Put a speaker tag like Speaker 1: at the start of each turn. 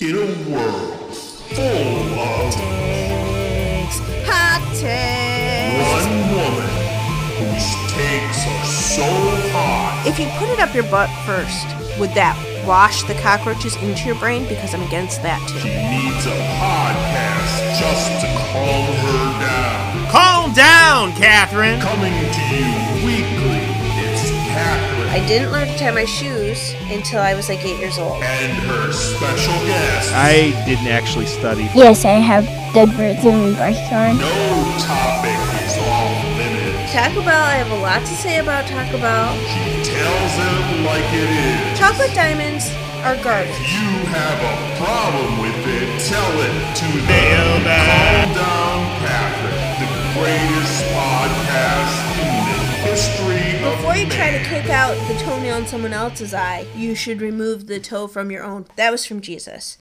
Speaker 1: in a world full of
Speaker 2: Takes, hot takes.
Speaker 1: one woman whose takes are so hot.
Speaker 2: If you put it up your butt first, would that wash the cockroaches into your brain? Because I'm against that
Speaker 1: She
Speaker 2: too.
Speaker 1: needs a podcast just to calm her down.
Speaker 3: Calm down, Catherine.
Speaker 1: Coming to you weekly, it's Catherine
Speaker 2: I didn't learn to tie my shoes until I was like eight years old.
Speaker 1: and her special guest.
Speaker 3: I didn't actually study.
Speaker 4: Yes, I have dead birds in my backyard.
Speaker 1: no topic is off limits.
Speaker 2: Taco Bell, I have a lot to say about Taco Bell.
Speaker 1: She tells it like it is.
Speaker 2: Chocolate diamonds are
Speaker 1: If
Speaker 2: garbage.
Speaker 1: you have a problem with it, tell it to them. Calm down, Catherine. The greatest podcast in the history of
Speaker 2: Before you try to
Speaker 1: man.
Speaker 2: kick out the toenail in someone else's eye, you should remove the toe from your own. That was from Jesus.